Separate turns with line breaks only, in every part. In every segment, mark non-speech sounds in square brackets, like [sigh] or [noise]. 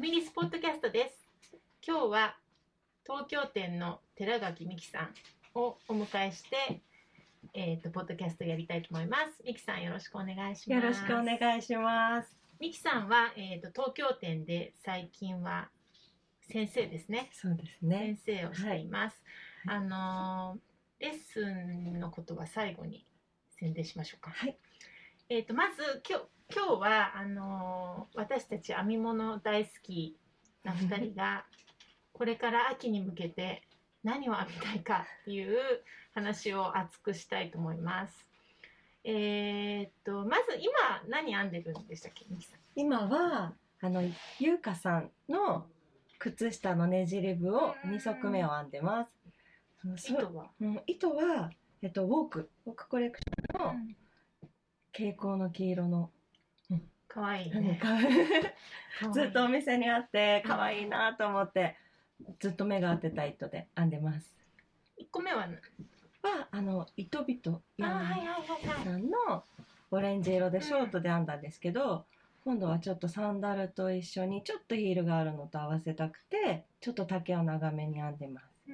ミリスポットキャストです今日は東京店の寺垣美希さんをお迎えしてえっ、とポッドキャストやりたいと思います美希さんよろしくお願いします
よろしくお願いします。
美希さんはえっ、と東京店で最近は先生ですね
そうですね
先。生をしています、
は
あのーレッスンのことは最後に宣伝しましょうか
はい。
えー、とまず今日今日はあのー私たち編み物大好きな2人 [laughs] がこれから秋に向けて何を編みたいかっていう話を熱くしたいと思います。えー、とまず今何編んでるんでしたっけみきさん。
今は、あの、ゆうかさんの靴下のねじれ部を
うん
2足目を編んでます。あのそう
糸は、
うん糸は、えっと、ウォーク、ウォークコレクションの蛍光の黄色の、
かわ
[laughs]
いい
なん
ね。
か
かわいい
ずっとお店にあって、可愛いなと思って、ずっと目が合ってた糸で編んでます。
一個目はな
は、あの、糸人。
あーはいはいはいはい。
さんのオレンジ色でショートで編んだんですけど、今度はちょっとサンダルと一緒にちょっとヒールがあるのと合わせたくてちょっと丈を長めに編んでます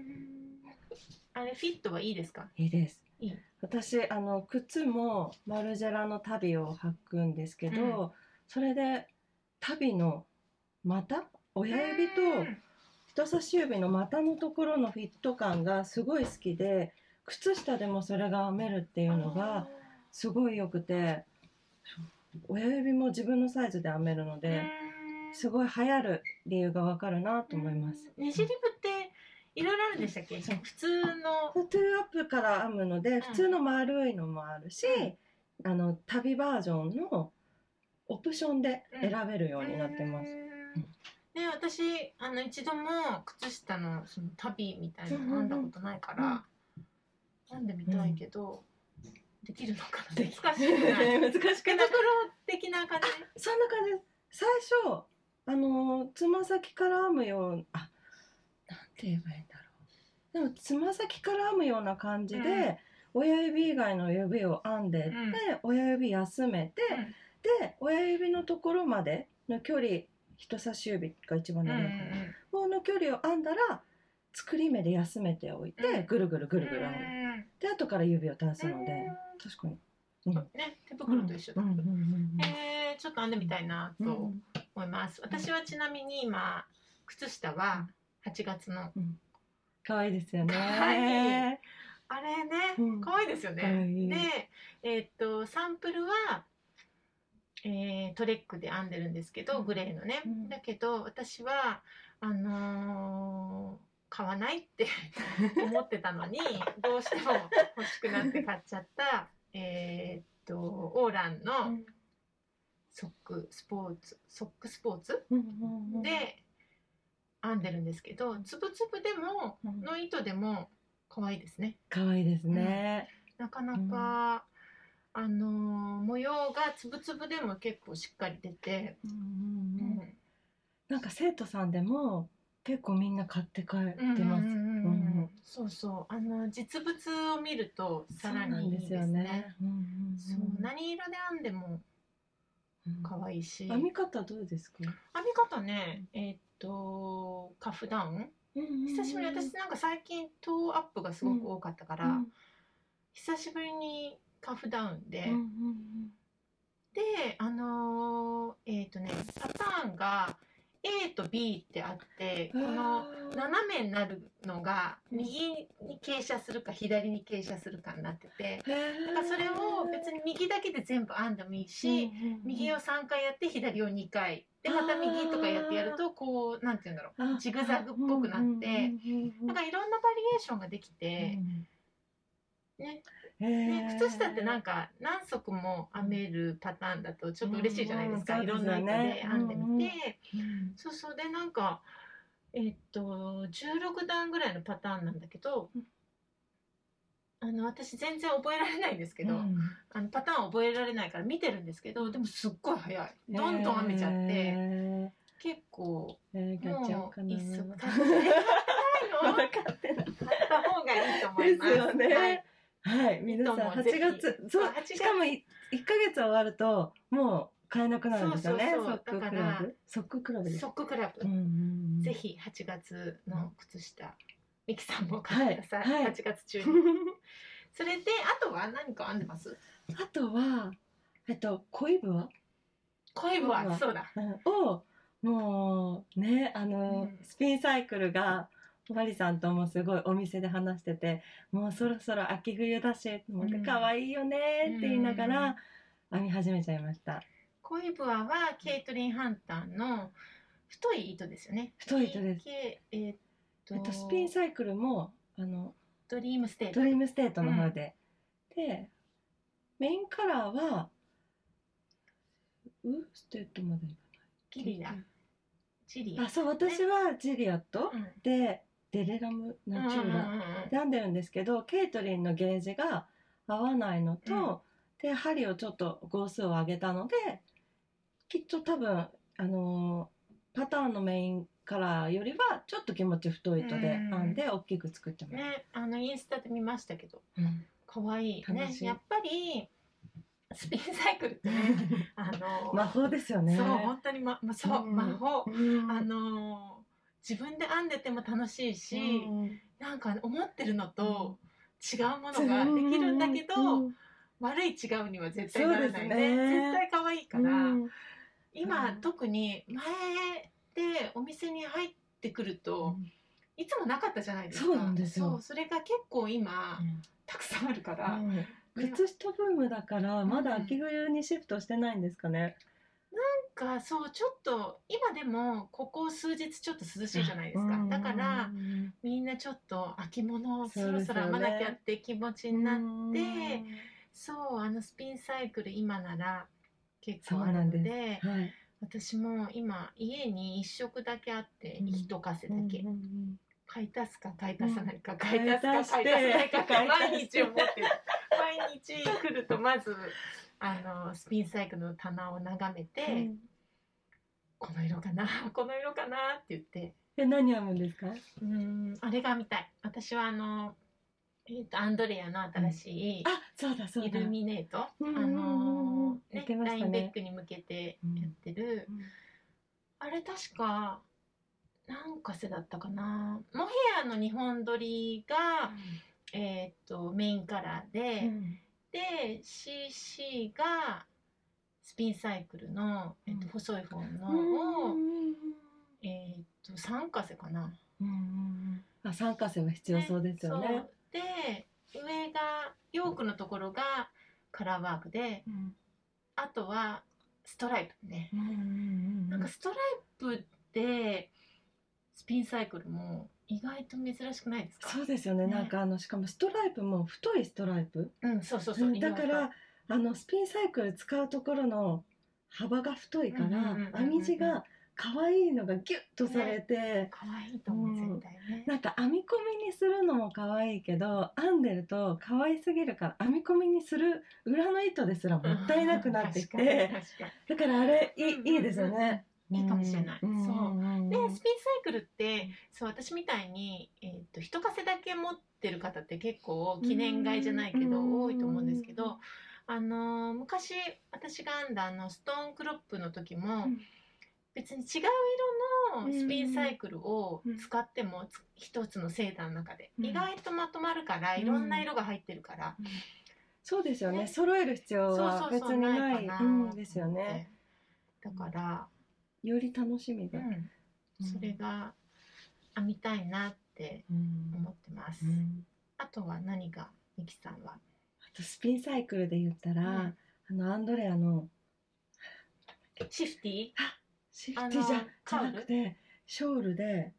あれフィットはいいですか？
いいです
いい
私あの靴もマルジェラの足袋を履くんですけど、
うん
それで足袋の股親指と
うん
人差し指の股のところのフィット感がすごい好きで靴下でもそれが編めるっていうのがすごい良くて親指も自分のサイズで編めるので、
うん
すごい流行る理由がわかるなと思います。
うんねじりぶっていろいろあるんでしたっけ？
そう
普通の
トゥーアップから編むので
ん
普通の丸いのもあるし、あの旅バージョンのオプションで選べるようになってます。
うんね私あの一度も靴下のその旅みたいな
うんうん
の編
うん
んだことないから、編んでみたいけど、できるのかな
で
難
き
しくない
[laughs] 難し
ペ
くな
ナ
い
クロ的な感じ
そんな感じです。最初あのつま先から編むようなあなんて言えばいいんだろう。でもつま先から編むような感じで、親指以外の指を編んでって、
うん
親指休めて、
うん
で親指のところまでの距離人差し指が一番長いかな、この距離を編んだら作り目で休めておいて、
うん
ぐるぐるぐ
ぐ
るぐる編む、で後から指を垂らすので、確かに。うん
ね手袋と一緒だ、
うんうんうんうん
えーちょっと編んでみたいな
う
と
ん
思います、私はちなみに今靴下は8月の
可愛いですよね。
可愛いあれね、
うん
可愛いですよね。
可愛い
で、えーっとサンプルは、えートレックで編んでるんですけど、
うん
グレーのね。
うん
だけど私はあのー買わないって思ってたのにどうしても欲しくなって買っちゃったえーっとオーラン
う
の
ん
ソックスポーツソックスポーツ
うんうんうん、
で編んでるんですけどつぶつぶでも
うん
の糸でも可愛いですね。
可愛いですね。
なかなか、あのー模様がつぶつぶでも結構しっかり出て、
うんうんうんなんか生徒さんでも結構みんな買って帰って
うん
ま
うんう
す。
ん
う
うん
んう
そうそうあの実物を見るとさらにいいですね
そうなんですよね。うんうんうん
そう何色で編んでも
うん
可愛いし、
編
編
み方どうですか？
み方ねえーっとカフダウン久
久
しぶりに私なんか最近トーアップがすごく多かったから、久しぶりにカフダウンで、であのーえっ、とねパターンが A と B ってあってこの斜めになるのが
うん
右に傾斜するか左に傾斜するかになっててだ
な
からそれを別に右だけで全部編んでもいいし右を3回やって左を2回でまた右とかやってやるとこうなんて言うんだろうジグザグっぽくなってだからいろんなバリエーションができて、ねね、靴下ってなん
か
か何足も編めるパターンだとちょっと嬉しいじゃないですか、
うんうん
いろんな糸で編んで
そう
み
で
て、そうそうでなんかえっと16段ぐらいのパターンなんだけど、
うん
あの私全然覚えられないんですけど、あのパターン覚えられないから見てるんですけどでもすっごい早いどんどん編めちゃって、
て。
結構
えー、買っちゃお
も
うか
う
な。
一足買ってない
ま
の買
だ買ってない。
った方がいいと思
で
い
す
ます。
よ
はい
ね。はい、皆さん
いいと思う
8月、
ぜひ
そ
そう
う、
8月
しかもい1ヶ月終わると、もう買えなくなるんですよね
そうそうそう
ソックク
だか
ラ
ら
ブソッククラブです
ソッククラブ、
うんうんうん
ぜひ8月の靴下ミキさんも
は
買っ
い
てください、
はい
8月中にそれであとは何か編んでます
[laughs] あとはえっと恋部は、
恋
恋
は
は
そうだ
うんをもうねあの、
うん
スピンサイクルがマリさんともすごいお店で話しててもうそろそろ秋冬だしも
うん
う可愛いよねって言いながら編み始めちゃいました
恋ブアはケイトリン・ハンターの太い糸ですよね
太い糸です
K- えーっと
えっとスピンサイクルもあの
ドリームステート
ドリームステートの方で、でメインカラーはウステートまでいか
ギリラジリ
ないあそう私はジリアット、
うん
でデレラムナチューラ、選んでるんですけどケイトリンのゲージが合わないのと、
うん
で針をちょっと号数を上げたのできっと多分あのーパターンのメインカラーよりはちょっと気持ち太い糸で
うん
編んで大きく作ってます。
ねあのインスタで見ましたけど
うん
可愛いね
楽しい
やっぱりスピンサイクルってねあの、
[laughs] 魔法ですよね。
そう本当にま、ま、そう、
うん
魔法
うん
あの自分で編んでても楽しいし、
うん
なんか思ってるのと違うものができるんだけど、
うん
悪い違うには絶対ならないね
そうですね
絶対可愛いから、
うん
今、
うん
特に前でお店に入ってくると、いつもなかったじゃないですか
そうなんですよ
そうそれが結構今、たくさんあるから、な
う
ん
ん靴下ブームだからまだ秋冬にシフトしてないんですかね。
かそうちょっと今でもここ数日ちょっと涼しいじゃないですか、
うん
だから、みんなちょっと秋物をそろそろ編まなきゃって気持ちになって
って
そうあのスピンサイクル今なら結
そ
構
う
ある
なん
の
です
で
はい、
私も今家に一色だけあって
うん
一かせだけ、買い足すか買い足さないか、買い
ん
足すか買
買
い
い
足さ
足して
ないか [laughs] って毎日思っ
買
てる毎日来るとまずあのスピンサイクルの棚を眺めて、
うん
この色かなこの色かなって言って
え何編むんですか？
うーんあれが見たい私はあの、えー、とアンドレアの新しい、
あそうだそうだ。
イルミネート、
うん
あのー
言
ね
ってま
ラ
し
イ
たね
ンベックに向けてやってる、
うん
あれ確か何かせだったかなモヘアの日本撮りが、えーっとメインカラーで、
うん
で CC がスピンサイクルの、えっと
うん
細い方
う
のを、
ん
えーっと3かせかな。
うんあ三加瀬は必要そうです
そ
よね
う。で上がヨークのところがカラーワークで
うん
あとはストライプね。
うんうんう
なん
ん
かストライプってスピンサイクルも意外と珍しくないですか
そうですよね
ね
なんかあのしかもストライプも太いストライプ、
うん、そうそうそうう。
んだか
色々
らあのスピンサイクル使うところの幅が太いか
うんうん
ら
うんうんうん
編み地が可愛いのがギュッとされて、
可愛いと思う、
う
絶
ん
対ね。
なんか編み込みにするのも可愛いけど編んでると可愛すぎるから編み込みにする裏の糸ですらもったいなくなってき
うん
て、
確かに
だからあれいい,、
うんうんうん
いいですよね。
いいかもしれない
ん
そうん確かにでスピンサイクルってそう私みたいに、えー、と一稼だけ持ってる方って結構記念買いじゃないけど、
うん
多いと思うんですけど、あのー昔私が編んだあのストーンクロップの時も、
うん
別に違う色のスピンサイクルを使ってもつ一つのセーターの中で、
うん
意外とまとまるからいろんな色が入ってるから、
そうですよね
ね
揃える必
そ
要
うそ
は
う
別
そう
にない
かな
うん、ですよね。
だから、
より楽しみが、
うん、それが編みたいなって
うん
思ってます、
うん
あとは何がミキさんは、
あとスピンサイクルで言ったら、あのアンドレアの
シフティ
シ
あ
フ
の
ティじゃじ
カ
ゃ
ウル
なくてショールで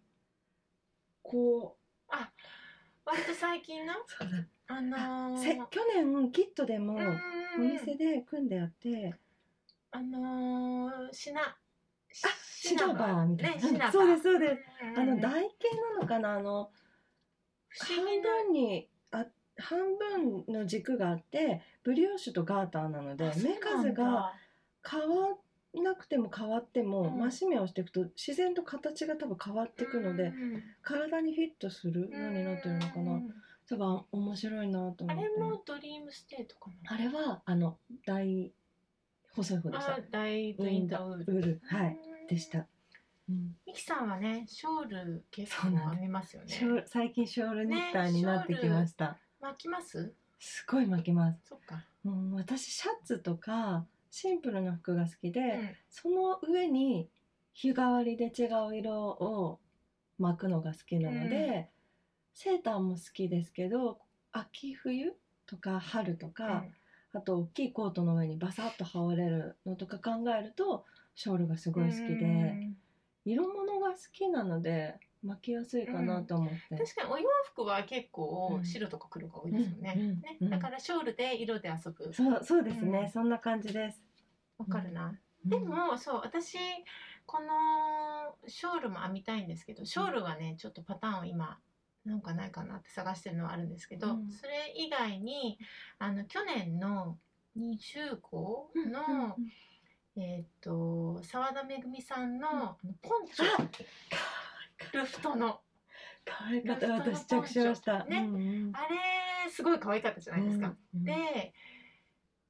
こう
割と最近の
そうだ
あのー、
せ去年キットでも
う
お
ーん
店で組んであって、
あのー、シナし
シナバーみたいな
ねシナバー
そうですそうです
ん
あ
ん
の
不思
台形なのかなあの半
議な
分にあ半分の軸があってブリオッシュとガーターなので
あ
目数
そうなん
が
だ
変わなくても変わっても、
うん
増し目をしていくと自然と形が多分変わっていくので、
うん
体にフィットするようになってるのか
う
な、
ん
多分面白いなと思って
あれもドリームステートかな
あれはあの大細い方でし
あ
た。
ーダイドインダウ
ウール、はい、でし。
う
た。うん、
んミキさんはね、ショール結構
そうなんです
編みますよね。
ショール最近ショールニッターになってきました。
巻きます？
すごい巻きます。
そっか。
もう私シャツとかシンプルな服が好きで、
うん
その上に日替わりで違う色を巻くのが好きなので、
う
セーターも好きですけど秋冬とか春とか、あと大きいコートの上にバサッと羽織れるのとか考えるとショールがすごい好きで、
うん
色物が好きなので巻きやすいかなと思って、
確かにお洋服は結構
うん
白とか黒が多いですよね。
うんうん
ね
うん
だからショールで色で遊ぶ。
そうそうですね、
うん
そんな感じです。
わかるな。
うん
でもそう私このショールも編みたいんですけど、ショールはねちょっとパターンを今なんかないかなって探してるのはあるんですけど、
うん
それ以外にあの去年の20号の、
うん
えーっと澤田めぐみさんのあのポンチ
あ
ョルフトの
可愛かった私着しました。
ね
うんうん
あれすごい可愛かったじゃないですか。
うんうん
で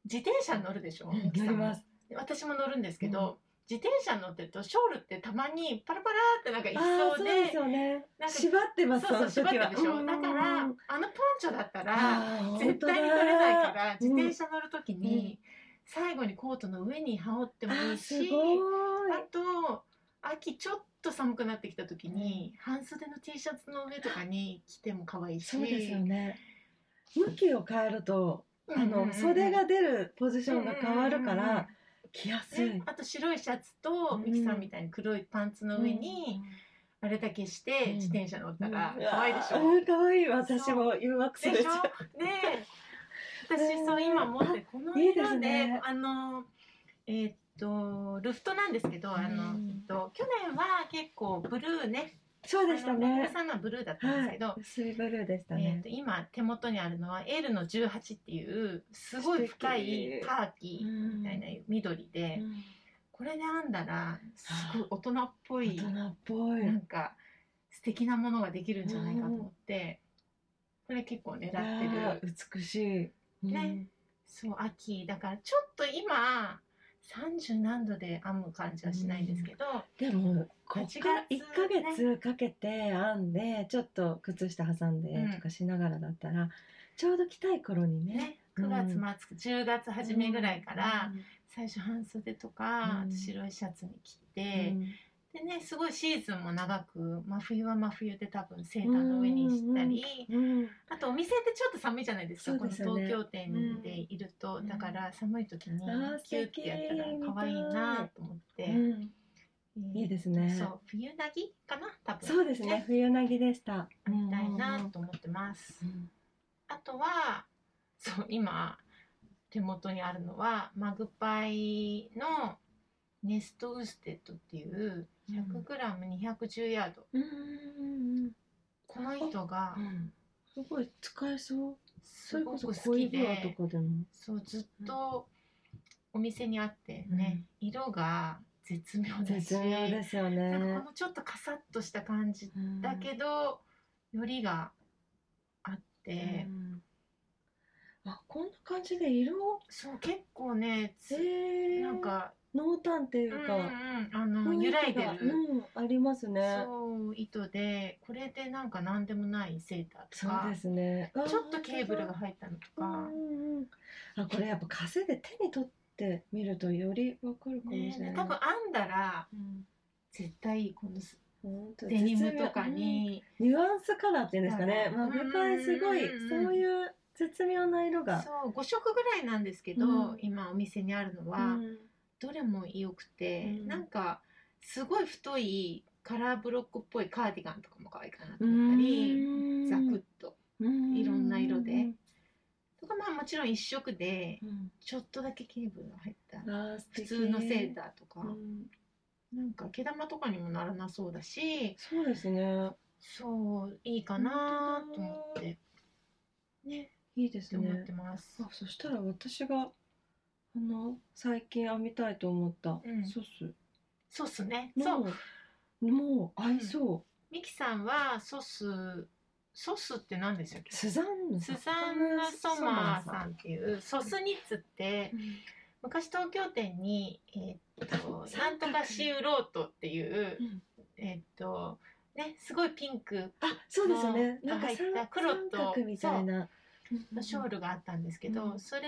自転車に乗るでしょ、
うん
ゆきさん
乗ります。
で私も乗るんですけど、
うん
自転車に乗ってるとショールってたまにパラパラってなんかい
あ
そ
ー
う
そうです
で
よね
なんか
縛ってます
そうそう
そ
縛
の
って
時は
るでしょ、
うん
だからあのポンチョだったら
あー
絶対に
本当だ
取れないから自転
車
車乗る時に、最後にコートの上に羽織ってもいい
すご
し
い
あと秋ちょっと寒くなってきた時に、半袖の T シャツの上とかに着ても可愛いし
そうですよね向きを変えるとあの、袖が出るポジションが変わるか
うんうんうん
ら着やすい、
ね、あと白いシャツと、
うん
ミキさんみたいに黒いパンツの上に、あれだけして
うん
自転車乗ったら
うん
可愛いでしょ、
うん可愛い私も誘惑す
で
る
しょねえ私そう今持ってこの
いいです
色で
ね
あのえーっとルフトなんですけどあの、
うん
えっと去年は結構ブルーね
そうでした
あの
ね
奥さんのはブルーだったんで
は
すけ
い
ど、
薄いブルーでした
えーっ
ね、
と今手元にあるのは L の18っていうすごい深い
素敵
パーキーみたいな緑で、
うん
これで編んだらすごい大人っぽ
大
い
人っぽい、
なんか素敵なものができるんじゃないかと思って、これ結構狙
あ
ってる
ー美しい、うん
ねそう秋だからちょっと今30何度で編む感じはしないんですけど、
でもこっから
8月
1ヶ月かけて編んでちょっと靴下挟んで
うん
とかしながらだったら、ちょうど着たい頃にね
ね9月末、10月初めぐらいから、最初半袖とか、
うん
白いシャツに着
う
て、
ん
でねすごいシーズンも長く真冬は真冬で多分セーターの上にしたり、
うん
あとお店ってちょっと寒いじゃないですか
そうです
こ
よ
の
ね
東京店でいると、
うん
だから寒い時に
あー
キュッてやったら
素敵
可愛いなと思って、
うん
えー
いいですね
そう冬なぎかな多分
そうですね冬なぎでした
編みたいなと思ってます、
うん
あとはそう今手元にあるのはマグパイのネストウーステッドっていう
うん
100g210 ヤード、
うんうん
この糸が
うんうんすごい使えそうそ
す
れ
ご
こそ
く好
恋
き
バ
で
とかでも
そうずっとお店にあってね、色が絶妙だし
絶妙ですよね
なんかこのちょっとカサッとした感じだけど、よりがあって、
うんあこんな感じで色を
そう結構ねつ
えー
なんか、
濃淡っていううん
うん
か、
うんあの
雰囲気
揺
が
らいでる、
うん、ありますね
そう糸でこれでなんか何でもないセーターと
そう
か
ですね
ちょっとケーブルが
入
入ったのと
う
か、
んうんあこれやっぱ風で手に取ってみるとよりわかるかもしれな
ね
い、
多分編んだら
うん
絶対この
ほんと
デニムとか
絶
に、
妙ニュアンスカラーっていうんですかね
うん
まあ具体すごい
うん
そういう絶妙な色が
そう5色ぐらいなんですけど、
うん
今お店にあるのは、
うん
どれも良くて、
うん
なんかすごい太いカラーブロックっぽいカーディガンとかも可愛いかなと思ったり、ザクッと
うん
いろんな色でとかまあもちろん一色で
うん
ちょっとだけケーブルが入った
あー素
普
敵
通のセーターとか、
うん
なんか毛玉とかにもならなそうだし
そうですね
そういいかなと思ってね
いいで
って
す
思っ
ね
てます
あ。そしたら私があの最近編みたいと思った
うん
ソース
そうっすねそう
も、もう合いそう、
ミキさんはソスソスって何でしたっけ
スザンヌ
ス
さん
ザンヌ・ソマーさんっていうソスニッツって
うん
昔東京店に、えーっと「なんとかシウロート」っていう、
うん
えーっとねすごいピンク
あそうですよね
の
なんか
入った
三
黒と
三角みたいな
のショールがあったんですけど、
うん
それ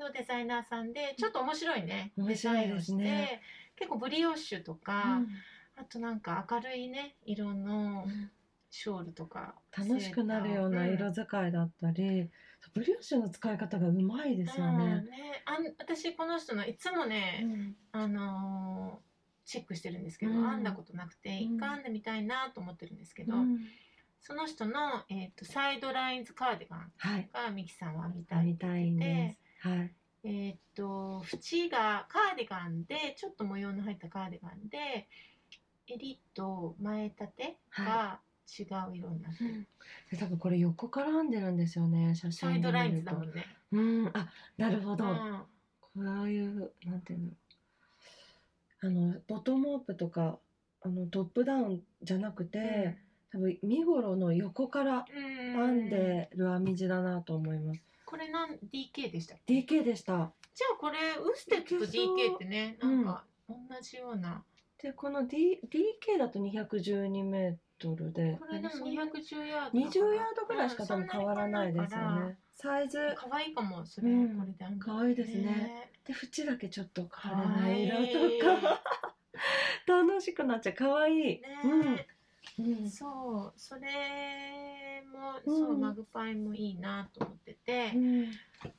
のデザイナーさんでちょっと面白いね、
面白いで
デザイ
すね
ンをして結構ブリオッシュとか、あとなんか明るいね色の
うん
ショールとか
楽しくなるような色使いだったり、ブリオッシュの使い方がうまいで
です
よね。
ねあん私この人のいつもね、
うん
あのーチェックしてるんですけど、
うん
編んだことなくて
うん
一回編んでみたいなと思ってるんですけど、
うん
その人の、えー、とサイドラインズカーディガン
はい、
がミキさんは編みたい
みたいです。はい、
えーっと縁がカーディガンでちょっと模様の入ったカーディガンで襟と前立てが違う色になってる、
で多分これ横から編んでるんですよね。写真
サイドラインズ
で
だも
見
ん
る
ね、
とうん、あ、なるほ
う
ど。
ん、
こういうなんていうのあのボトムアップとかあのトップダウンじゃなくて、多分身頃の横から
うん
編んでる編み地だなと思います、
これなん DK でしたっけ
DK でした
じゃあこれウステックと
いけそう
DK ってね
う
なんんか同じような、
でこの、D、DK だと212メートルで
これでも
そん
210
な
ヤードだから
20ヤードぐらいしか多分変わらないですよね、サイズ
うんそんなに変わらないから可愛いかもそれ、
うん
これで編んだら
可愛いですねで縁だけちょっと変わらない
可愛い
色とか楽しくなっちゃう可愛い
ね
うんうん
そうそれも、
うん
そうマグパイもいいなと思ってて、
うん、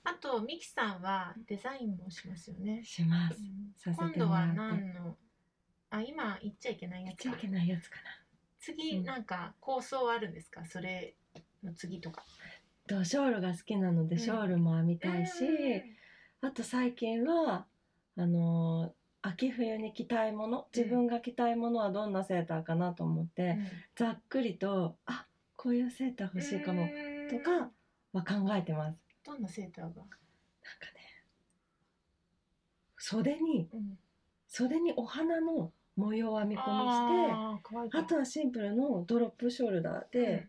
あとミキさんはデザインもしますよね、
します
うん
させ
今
て
度
もら
は
って
何のあ今言っちゃいけないや
言っ
つ
ちゃ
か
いけないやつかう
次
ん
なんか構想はあるんですかそれの次とか
な。とショールが好きなので、
うん
ショールも編みたいし、あと最近はあのー秋冬に着たいもの自分が着たいものはどんなセーターかなと思って、ざっくりとあこういうセーター欲しいかもとか
うん
は考えてます。なんか
どんなセーターが、
ね袖に
うん、
袖にお花の模様を編み込みして
あー可愛い
あとはシンプルのドロップショールダーで。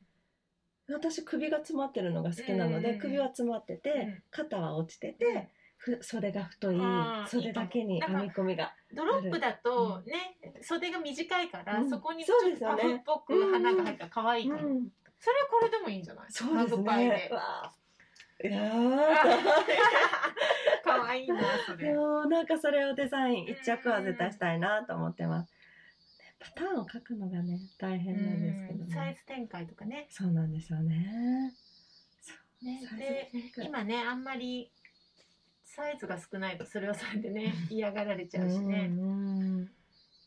私首が詰まってるのが好きなので、
うん
首は詰まってて、
うん
肩は落ちてて、
うん
ふ袖が太い
あー
袖だけに
いいか
編
も
み込みが
ドロップだとね、袖が短いから、
うん
そこにちょ
そうで
っ
す
と
よ
パ
ね
フっぽく花が入ったら可愛いかも、
うん
それはこれでもいいんじゃない
そうです
マグパイで
ねうわーいや
[laughs] 可愛いなそ
ー
れ
もうなんかそれをデザイン一着は絶対したいなと思ってます、ねパターンを描くのがね大変なんですけど
うんサイ
ね
ズ展開とかね
そうなんですよねそう
ね
サイズ
で
展開
今ねあんまりサイズが少ないとそれはそれでね嫌がられちゃうしね、
うんうん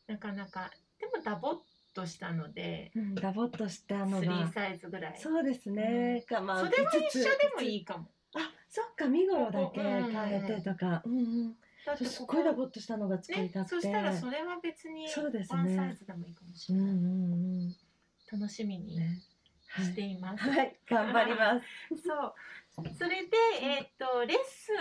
なかなかでもダボっとしたので
うんダボっとしたのが
3サイズぐらい
そうですね、がまあ
袖は
5つ
一緒でもいいかも
あ、そっか、身頃だけ変えてとか、うんうん、
だって
そう
ここ
すっごいダボっとしたのが作り
ね
たくて、
そしたらそれは別に
そうですね
ワンサイズでもいいかもし
う
れ
んう
ない、
ん
楽しみ
うん、
に
ね、は
して
い、
います、
はい、頑張ります。
そうそれで、えっとレッ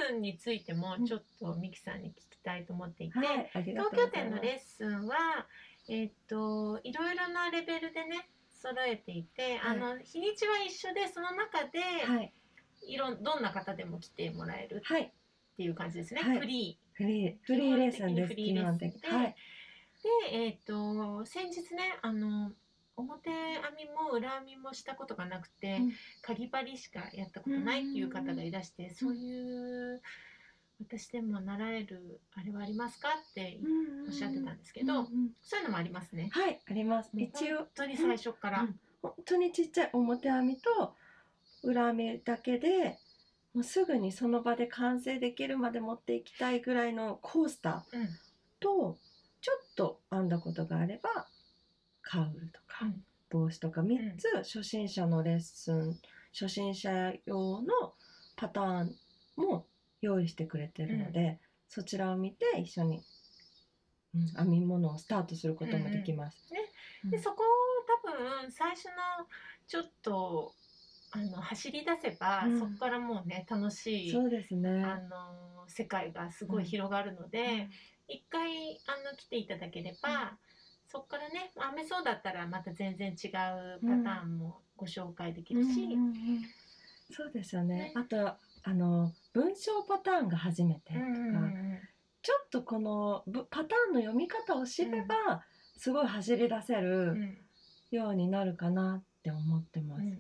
スンについてもちょっとミキさんに聞きたいと思っていて、
はい、ありがとう
東
ござい
京店
ます
のレッスンは、えっといろいろなレベルでね揃えていて、
はい
あの日にちは一緒でその中で、
はい、
い、ろどんな方でも来てもらえる
はい、
っていう感じですね、
はい
フリ
フリー、フリーレッスンです。
基
基
本
本
的
的
に
に、はい、
ーで、えっと先日ねあの表編みも裏編みもしたことがなくて、
うん
かぎ針しかやったことないっていう方がいらして、そういう私でも習えるあれはありますかっておっしゃってたんですけど、
うんうん
そういうのもありますね。
はい、あります。一応
本、当に最初から、
うん本当にちっちゃい表編みと裏編みだけで。もうすぐにその場で完成できるまで持っていきたいぐらいのコースター
うん
とちょっと編んだことがあればカウルとか
うん
帽子とか3つ初心者のレッスン初心者用のパターンも用意してくれてるので、そちらを見て一緒に、うん、編み物をスタートすることもできます。
うんうんねでそこを多分最初のちょっとあの走り出せば、
うん
そこからもうね楽しい
そうですね。
あの世界がすごい広がるので、一回あの来ていただければ、
うん
そこからね編めそうだったらまた全然違うパターンもご紹介でき
うん
るし、
うんうんそうですよね。
ね
あとあの文章パターンが初めてと
う
か、
んうんうん
ちょっとこのぶパターンの読み方を知れば、すごい走り出せ
うん
るようになるかなって思ってま
う
す。
ん
うん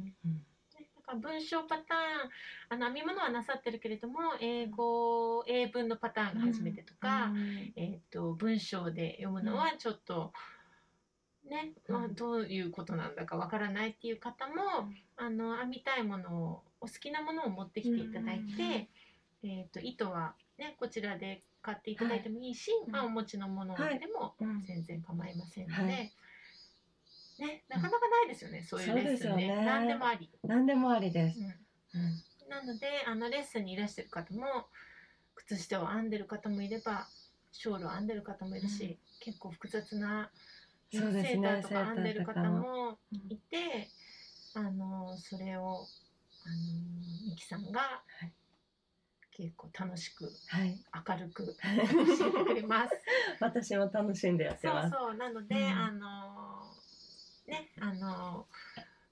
だから文章パターンあの編み物はなさってるけれども英語英文のパターンが初めてとか、
うん
えー、と文章で読むのはちょっと、ね、
うん
まあ、どういうことなんだかわからないっていう方も、あの編みたいものをお好きなものを持ってきていただいて、えー、と糸は、ね、こちらで買っていただいてもいいし、
い
まあ、お持ちのものでも
うん
全然構いませんので、
はい
ね、なかなかないですよね、そういうレッスン
そうですよ
ね
ね
何でもあり。
何でもありです。
うん
うん
なのであのレッスンにいらしてる方も靴下を編んでる方もいればショールを編んでる方もいるし、
うん
結構複雑なセ
そうですね
ーターとか編んでる
セーターとか
方もいて、あのそれをあのミキさんが
い
結構楽しく
はい、
明るく教えて [laughs] くれ
[laughs]
ます。
私も楽しんでやって
そう
ます。
そうなので、
うん
あのねあの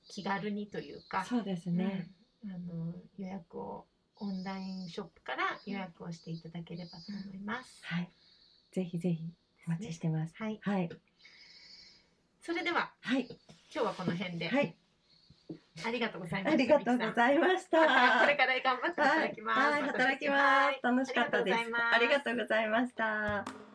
気軽にというか
そうですね。
うんあの予約をオンラインショップから予約をしていただければと思います。
はい、ぜひぜひお待ちしてます。
はい、
はい、
それでは
はい、
今日はこの辺で、
はい、
ありがとうございま
あ
した。
りがとうございました。
ま [laughs] たこれから頑張って
は
働
い
きます。
はい、働きます。楽しかったです。あ
あ
り
り
が
が
とうございました。